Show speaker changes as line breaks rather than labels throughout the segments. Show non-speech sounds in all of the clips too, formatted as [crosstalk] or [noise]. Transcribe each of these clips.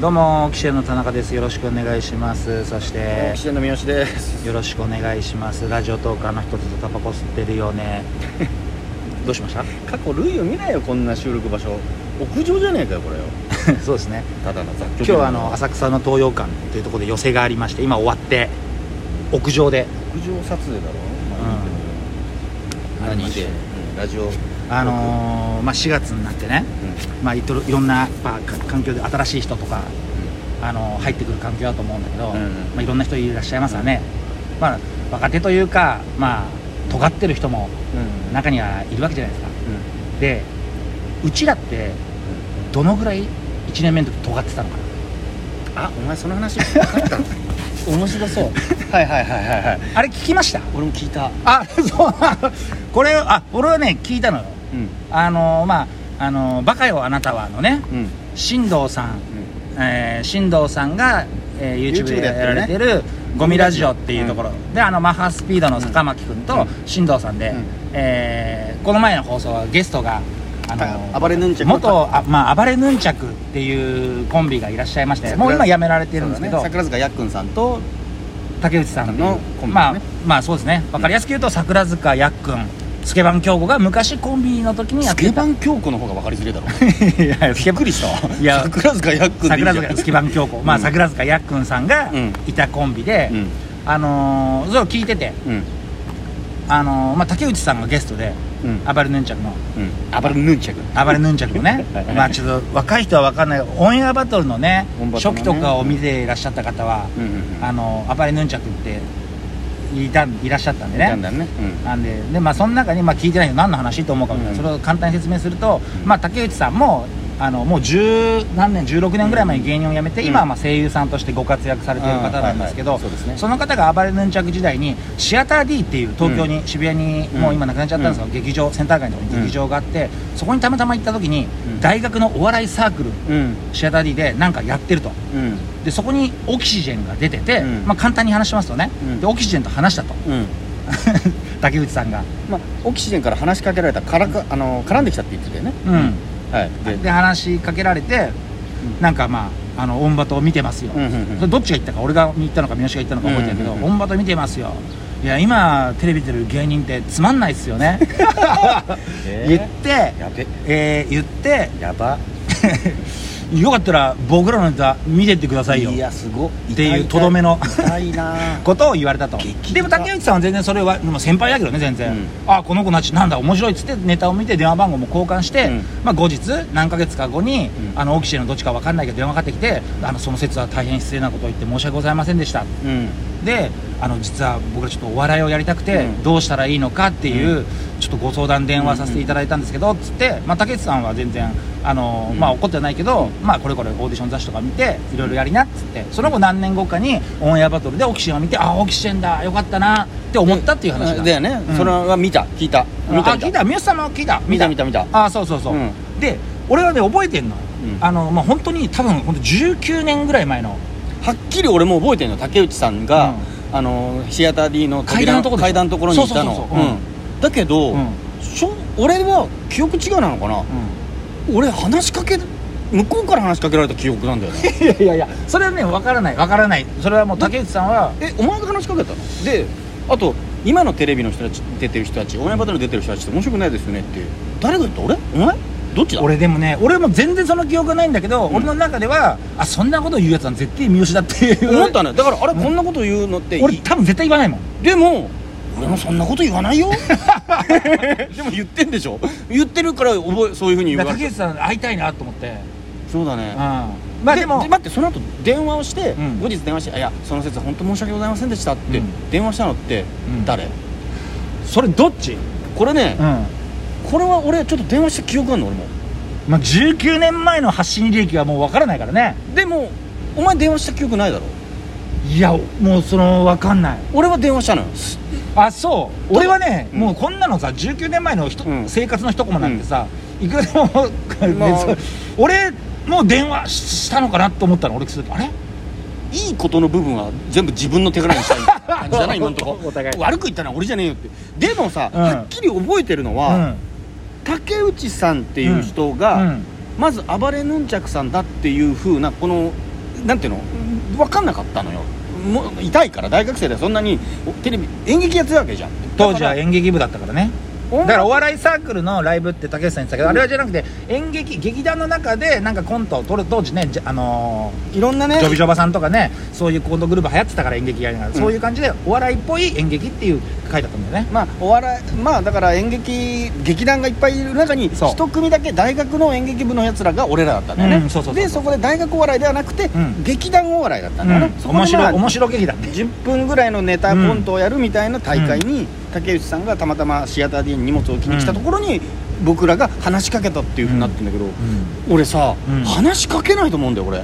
どうも棋士の田中ですよろしくお願いしますそして
岸田の三好です
よろしくお願いしますラジオトーカーの人とタバコ吸ってるよね [laughs] どうしました
過去類を見ないよこんな収録場所屋上じゃねえかよこれよ
[laughs] そうですね
ただの雑
今
居
日はあの浅草の東洋館というところで寄席がありまして今終わって屋上で
屋上撮影だろ、
うん
まあ
ありま
何
した
で、うんラジオ
あのーまあ、4月になってね、まあ、いとろいろんな、まあ、か環境で新しい人とか、あのー入ってくる環境だと思うんだけど、
うんうん
まあ、いろんな人いらっしゃいますよね、まあ、若手というか、まあ、尖ってる人も
うんうん
中にはいるわけじゃないですか
う
でうちらってどのぐらい1年目の時尖ってたのかなん
あお前その話分かったの面白そうはいはいはいはいはい
あれ聞きました
俺も聞いた
あそうこれあ俺はね聞いたのよ
うん
あのーまああのーバカよあなたは」のね
うんうん
進藤さんえー、進藤さんが、えー YouTube
YouTube
で
で
や
や
られ
って
て
る
るゴミラジオっていうところ、であのマッハスピードの坂巻君
う
と
ん
進藤さんで、
うん
えーこの前の放送はゲストが。あ
あ暴れヌンチャク
元あ、まあ、暴れヌンチャクっていうコンビがいらっしゃいまして
桜
もう今辞められてるんですけ
そう
ど、
だね、桜塚やっくんさんと
竹内さん
のコンビ
ま
だ
あ
ね
まあそうですね分かりやすく言うと、桜塚やっくんスケバン京子が昔コンビの時にや
ス
っ
ケ
て
バ
た
ン京子の方が分かりづれえだろ
[laughs] いや
びっくりした
いや
桜塚やっくんでいいじ
桜
ゃん
塚スケバン京子、まあ、桜塚やっくんさんが
うん
いたコンビで、
うん
あのー、それを聞いてて、
うん
あのーまあ、竹内さんがゲストで
うん
暴れヌンチャクの
うん暴れヌンチャク
暴れヌンチャクのね
[laughs] はい
まあちょっと若い人は分かんないオンエアバトルのね
オンバト
初
ルのね
期とかを見ていらっしゃった方は、
うんうんうん
あのー暴れヌンチャクっていたいらっしゃったんで
いた
ね
んだねうん
なんでで、まあ、その中に、まあ、聞いてないけど何の話と思うかみたいな、
う
そ
ん
れを簡単に説明すると、
うん
まあ、竹内さんもあのもう十何年16年ぐらい前に芸人を辞めて、
うん
今はまあ声優さんとしてご活躍されている方なんですけど、
うんはいはいそうですね
その方が暴れヌンチャク時代にシアター D っていう東京に、渋谷に
うん
もう今なくなっちゃったんですが、
う
劇場センター街のところに劇場があって、そこにたまたま行った時に、
うん
大学のお笑いサークル
うん
シアター D でなんかやってると
うん
でそこにオキシジェンが出てて、
うん
まあ、簡単に話しますとね、
うん
でオキシジェンと話した
[laughs]
と
うん
竹内さんが。
まあオキシジェンから話しかけられたからかあの絡んできたって言ってたよね
うん
はいで
で話しかけられて、
うん
なんかまああのオンバトを見てますよ、
うんうん
それどっちが言ったか俺が言ったのか三好が言ったのか覚えてるけど、
うんうんう
オンバト見てますよいや今テレビ出てる芸人ってつまんないっすよ
[laughs]
ね
うん
言って、
やべ
えー言って
やば
よかったら僕らのネタ見てってくださいよ
いやすご
っていうとどめの
痛いな
ことを言われたと
激
でも竹内さんは全然それはでも先輩だけどね全然、
うん
あこの子たちなんだ面白いっつってネタを見て電話番号も交換して、
うん
まあ、後日何ヶ月か後に、
うん
あのオキシエンのどっちか分かんないけど電話かかってきてあのその説は大変失礼なことを言って申し訳ございませんでした
うん
であの実は僕らちょっとお笑いをやりたくて、
うん
どうしたらいいのかっていう、ちょっとご相談電話させていただいたんですけど、つって、まあ、竹内さんは全然あの、
うん
まあ、怒ってはないけど、まあ、これこれオーディション雑誌とか見ていろいろやりなっつってその後何年後かにオンエアバトルでオキシエンを見てあオキシエンだよかったなって思ったっていう話だ
だよね
うん
それは見た聞いた見た
あ聞いた三好さんも聞いた
見た見た見た
ああそうそうそう、
うん
で俺はね覚えてんの、
うん
あのまあ本当に多分本当19年ぐらい前の
はっきり俺も覚えてるの竹内さんが、あのシアター D の
階段のとこでしょ
階段のところにいたの
そうそうそうそううん
うんだけど、
うん
しょ俺は記憶違いなのかな、俺話しかけ向こうから話しかけられた記憶なん
[laughs]
だよね
いやいやいやそれはね分からない分からないそれはもう竹内さんは
えお前が話しかけたのであと今のテレビの人たち出てる人たちオンエアバトル出てる人たちって面白くないですよねって誰が言った俺お前どっちだ
俺でもね俺も全然その記憶がないんだけど、
ん
俺の中ではあそんなこと言うやつは絶対三好だっていう
思ったねだからあれ、
うん
こんなこと言うのってい
俺
い
多分絶対言わないもん
でも俺もそんなこと言わな
[laughs]
いよでも言ってんでしょ言ってるから覚えそういうふうに言
だ
わ
から
れ
竹
て
内さん会いたいなと思って、
そうだ
う
ね
ん、まあでも
待ってその後電話をして、
うん
後日電話して「あいやその説本当申し訳ございませんでした」って、
うん
電話したのって、
うん
誰
それどっち、うん
これね、これは俺ちょっと電話した記憶あるの俺も
まあ、19年前の発信履歴はもう分からないからね
でもお前電話した記憶ないだろ
いやもうその分かんない
俺は電話したのよ
あそう俺はね、
うん
もうこんなのさ19年前の人、
うん
生活の一コマなんてさ、いくらでも、ねそう俺もう電話ししたのかなと思ったの俺するとあれ
いいことの部分は全部自分の手柄にしたいみたいな感じ
[laughs]
だな今のとこ
お互い
悪く言ったのは俺じゃねえよってでもさ、
うん
はっきり覚えてるのは、竹内さんっていう人
う
が、
んうん
まず暴れヌンチャクさんだっていう風なこのなんていうの分かんなかったのよもう痛いから大学生ではそんなにおテレビ演劇やってたわけじゃん
当時は
だから
演劇部だったからね
音
だ
楽
からお笑いサークルのライブって竹内さん言ってたけど、
うん
あれはじゃなくて演劇劇団の中でなんかコントを撮る当時ねじゃあの
いろんな
ー
ね
ジョビジョバさんとかねそういうコントグループ流行ってたから演劇やりながら、
ん
そういう感じでお笑いっぽい演劇っていう書いてあったんだよね
まあお笑いまあだから演劇劇団がいっぱいいる中に
そう
一組だけ大学の演劇部のやつらが俺らだったんだよね、
うんそうそうそうそう
でそこで大学お笑いではなくて、
ん
劇団お笑いだった
うん
だよね、
ん
そこで
面白
まあ
い面白劇団ね
10分ぐらいのネタ
うん
コントをやるみたいな大会に、竹内さんがたまたまシアター D に荷物を置きに来たところに、僕らが話しかけたっていうふうになってんだけど、俺さ、
うん
話しかけないと思うんだよ俺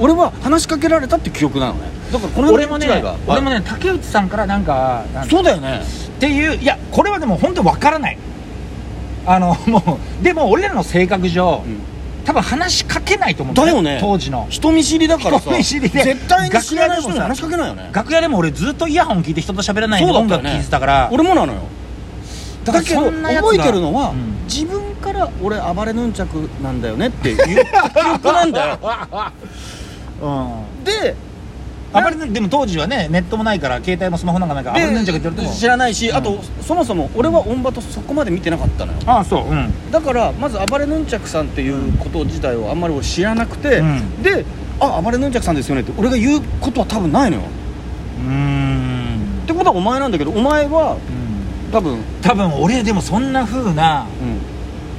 俺は話しかけられたって記憶なのねだからこの
俺もね
違いが
俺もね竹内さんからなんかなん
そうだよね
っていういやこれはでも本当わからないあの [laughs] もうでも俺らの性格上、
うん
多分話しかけないと思うん
だよね
当時の
人見知りだからさ
人見知りで
絶対に知らない人に話しかけないよね
楽屋でも俺ずっとイヤホン聞いて人と喋らないで
そうだっ
音
たよ
楽
ね
聴いてたから
俺もなのよ
だ
だ
から
けど
そんなやつが
覚えてるのは、
うん
自分から「俺暴れヌンチャクなんだよね」って言った記憶なん
[laughs]
だよ
[laughs] うん
で
あまりねでも当時はねネットもないから携帯もスマホなんかないからあ
で
んなんじゃけって言われても
知らないし、
うん
あとそもそも俺はオンバトそこまで見てなかったのよ
ああそううん
だからまず暴れヌンチャクさんっていうこと自体をあんまり俺知らなくて、
うん
で「あ暴れヌンチャクさんですよね」って俺が言うことは多分ないのよっ
うん
てことはお前なんだけどお前は多分、
多分俺でもそんな風な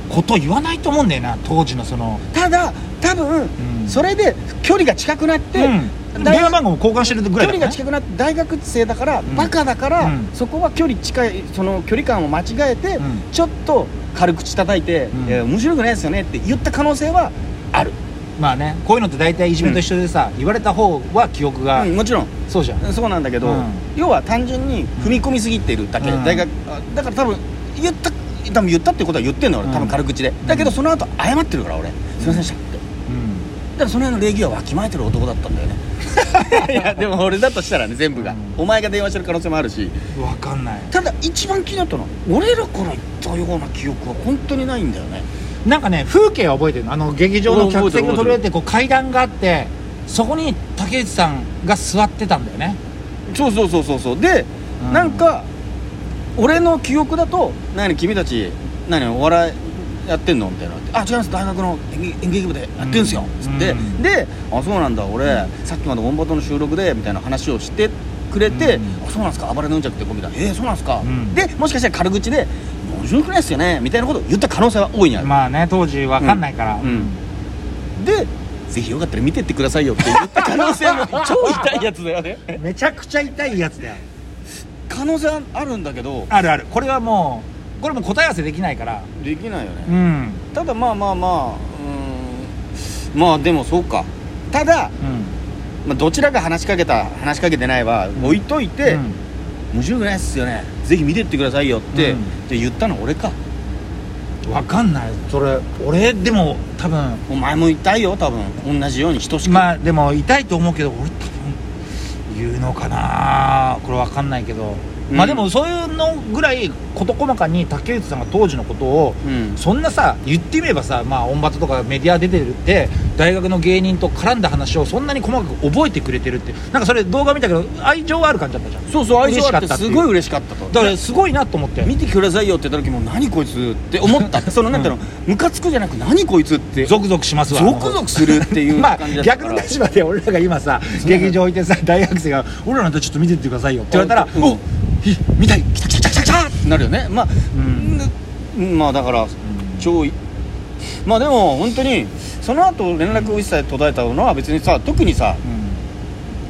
こと言わないと思うんだよな当時のその
ただ多分、
うん
それで距離が近くなって、
うん
大
電話番号も交換してるぐらい
距
だか
離が
らね
近くなって大学生だから、
ん
バカだから、
うん
そこは距離近いその距離感を間違えて、
うん
ちょっと軽口叩い
う
て、
ん
えー面白くないですよねって言った可能性はある、
まあねこういうのって大体いじめと一緒でさ言われた方は記憶が
うんもちろん
そうじゃん
そうなんだけど、
うん
要は単純に踏み込みすぎてるだけ、
うん
大学あだから多分言った多分言ったってことは言ってんの俺多
うん
分軽口で、だけどその後謝ってるから俺すいませんでしたって
うん
だからその辺の礼儀はわきまえてる男だったんだよね
[laughs]
いやでも俺だとしたらね全部が、
うん
お前が電話してる可能性もあるし
わかんない
ただ一番気になったのは俺らから言ったような記憶は本当にないんだよね
なんかね風景は覚えてるのあの劇場の
うん覚
客
えてる
席の取り合ってこう階段があってそこに竹内さんが座ってたんだよね
そうそうそうそうそうで、
うん
なんか俺の記憶だと「何君たち何お笑いやってんの?」みたいなって「あ違います大学の演劇演劇部でやってんすよ」
うん
つって、
うん
で「あそうなんだ俺、さっきまでオンバトの収録で」みたいな話をしてくれて「
うん
あそうなんですか暴れのうんちゃくって子みたいな「えー、そうなんですか
うん
でもしかしたら軽口で「面白くないですよね」みたいなことを言った可能性は大いにある、
まあね当時わかんないから、
うんで「ぜひよかったら見てってくださいよ」って言った可
[laughs]
能性も超痛いやつだよね
めちゃくちゃ痛いやつだよ
可能性はあるんだけど
あるあるこれはもうこれも答え合わせできないから
できないよね
うん
ただまあまあまあうーんまあでもそうかただ、まあ、どちらが話しかけた話しかけてないは
ん
置いといて、
うん
面白くないっすよねぜひ見てってくださいよって,、
うん
って言ったの俺か
わかんないそれ俺でも多分
お前も痛いよ多分同じように等しく、
まあでも痛いと思うけど俺多分言うのかなこれわかんないけど、
うん
まあでもそういうのぐらい事細かに竹内さんが当時のことを
うん
そんなさ言ってみればさまあオンバトとかメディア出てるって大学の芸人と絡んだ話をそんなに細かく覚えてくれてるってなんかそれ動画見たけど愛情はある感じだったじゃん
そうそう愛情
嬉
あっ
しか
て
ったっていう
すごい嬉しかったと
だからすごいなと思って
見てくださいよって言った時も何こいつって思
[laughs]
ったそのなんていうのムカつくじゃなく何こいつってゾ
ゾクゾクしますわ
クゾクするっていう
まあ
感じだったか
逆の
ら、
立場で俺らが今さ劇場置いてさ大学生が「俺らなんてちょっと見てってくださいよ」って言われたら「
うん
おひ見たい来た来た来た来た来た!」
なるよねまあ、うんまあだから超いまあでも本当にその後連絡を一切途絶えたのは別にさ特にさ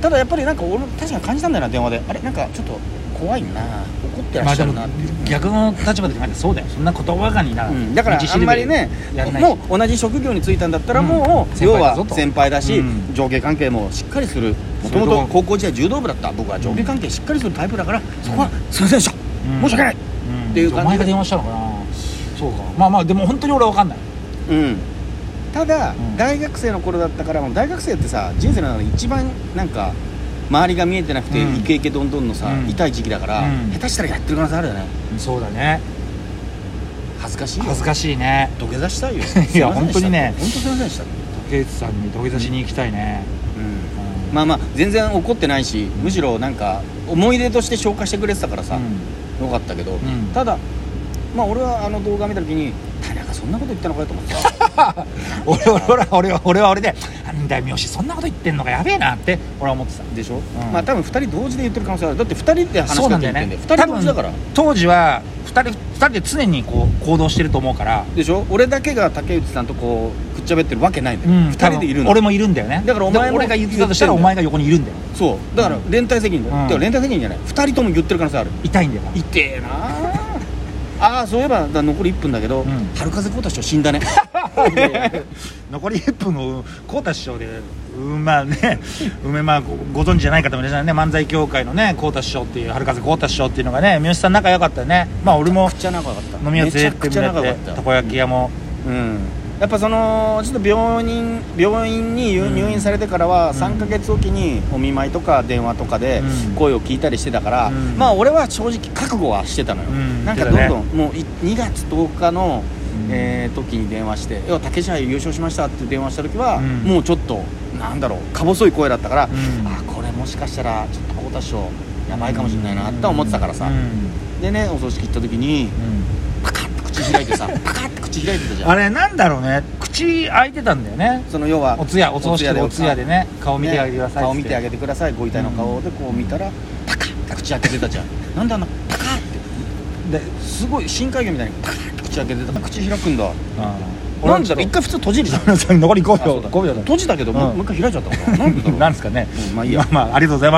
ただやっぱりなんか俺も確かに感じたんだよな電話であれなんかちょっと怖いな怒ってら
ま
っ
あ
し
で
ゃる
も
なっていう、
逆の立場で考えたらそうだよそんな言葉がにな
うんだから
道し
あ
る
ん
べ
まりね
やんない
もう同じ職業に就いたんだったらも
うん
う、
先
要
輩だぞ
は
と
先輩だし、
うん
上下関係もしっかりするも
そうい
と
うとこ
もと高校時代柔道部だった僕は上下関係しっかりするタイプだから、そこはすいませんでした、
うん
申し訳ない
うん
っていう感じで
お前が電話したのかなそうかまあまあでも本当に俺は分かんない
うん、ただ、
うん
大学生の頃だったからもう大学生ってさ人生の中で一番なんか周りが見えてなくて、
うん
イケイケどんどんのさ、
うん
痛い時期だから、
うん
下手したらやってる可能性あるよね
そうだね
恥ずかしいよ
恥ずかしいね
[laughs] 土下座したいよ
いや本当にね
本当すいませんでした、
竹内さんに土下座しに行きたいね
うんまあまあ全然怒ってないしむしろなんか思い出として消化してくれてたからさ、よかったけど、
ん
ただまあ俺はあの動画見た時に田中そんなこと言ったのかよと思って
[laughs]
さ
俺は俺は俺は俺は俺でなんだよ三好そんなこと言ってんのかやべえなって俺は思ってた
でしょ、
ん
まあ多分2人同時で言ってる可能性あるだって2人で話し
そう
か
なん
け
だ
て
よ
言って
ね
んだよ2人同時だから
多分当時は2人二人で常にこう行動してると思うから
でしょ俺だけが竹内さんとこうくっちゃべってるわけないんだよ、
うん
2人でいるの
俺もいるんだよね
だからお前も
で俺が言ってたとしたら
言
お
って
前
んだよ
が横にいるんだよ
そうだから連帯責任だよ、
うん
だから連帯責任じゃない2人とも言ってる可能性ある
痛いんだよ
痛えなあ
[laughs]
あーそういえばだから残り1分だけど、
ん
春風浩太師匠死んだ
[laughs]
ね
残り1分を浩太師匠でうんまあね梅まあごご存知じゃない方もいらっしゃるね漫才協会のね浩太師匠っていう春風浩太師匠っていうのがね三好さん仲良かったよねまあ俺も
めちゃくちゃ長かった
飲み屋連れてって
め
も
ちゃ
ら
くちゃ長
っ
か
て
った
たこ焼き屋も
うんやっぱそのちょっと病人病院に入
うん
入院されてからは
ん
3ヶ月おきにお見舞いとか電話とかで
うん
声を聞いたりしてたから、
うん
まあ俺は正直覚悟はしてたのよ、
うん
なんかど
言って
ん
た
ど
ね
んもうい2月10日の、
うん
えー時に電話して「要は竹下優勝しました」って電話した時は、
うん
もうちょっとなんだろうか細い声だったから、
うん
あこれもしかしたらちょっと幸田師匠やばいかもしれないなって思ってたからさ、
うん
でねお葬式行った時に
うん
パカッと口開いて
[laughs]
さパカッと口開いてたじゃん
あれなんだろうね口開いてたんだよね
その要は
お通夜お葬式でお通夜でね顔見てあげてくださいっつって
顔見てあげてくださいご遺体の顔でこう見たらパカッて口開けてたじゃんなんであんなパカッ
で
てすごい深海魚みたいにパカッて口開けてた口開くんだ
俺
な
は
んで
ちょ
だ
っ
ろう
と
一回普通閉じるじゃ
[laughs]
ん
残り5
あそう
秒
だ
5秒だ
閉じたけどもう
うん
もう一回開いちゃったからなんでだろ
[laughs]
う
なんですかね
うんまあいいや
まあありがとうございます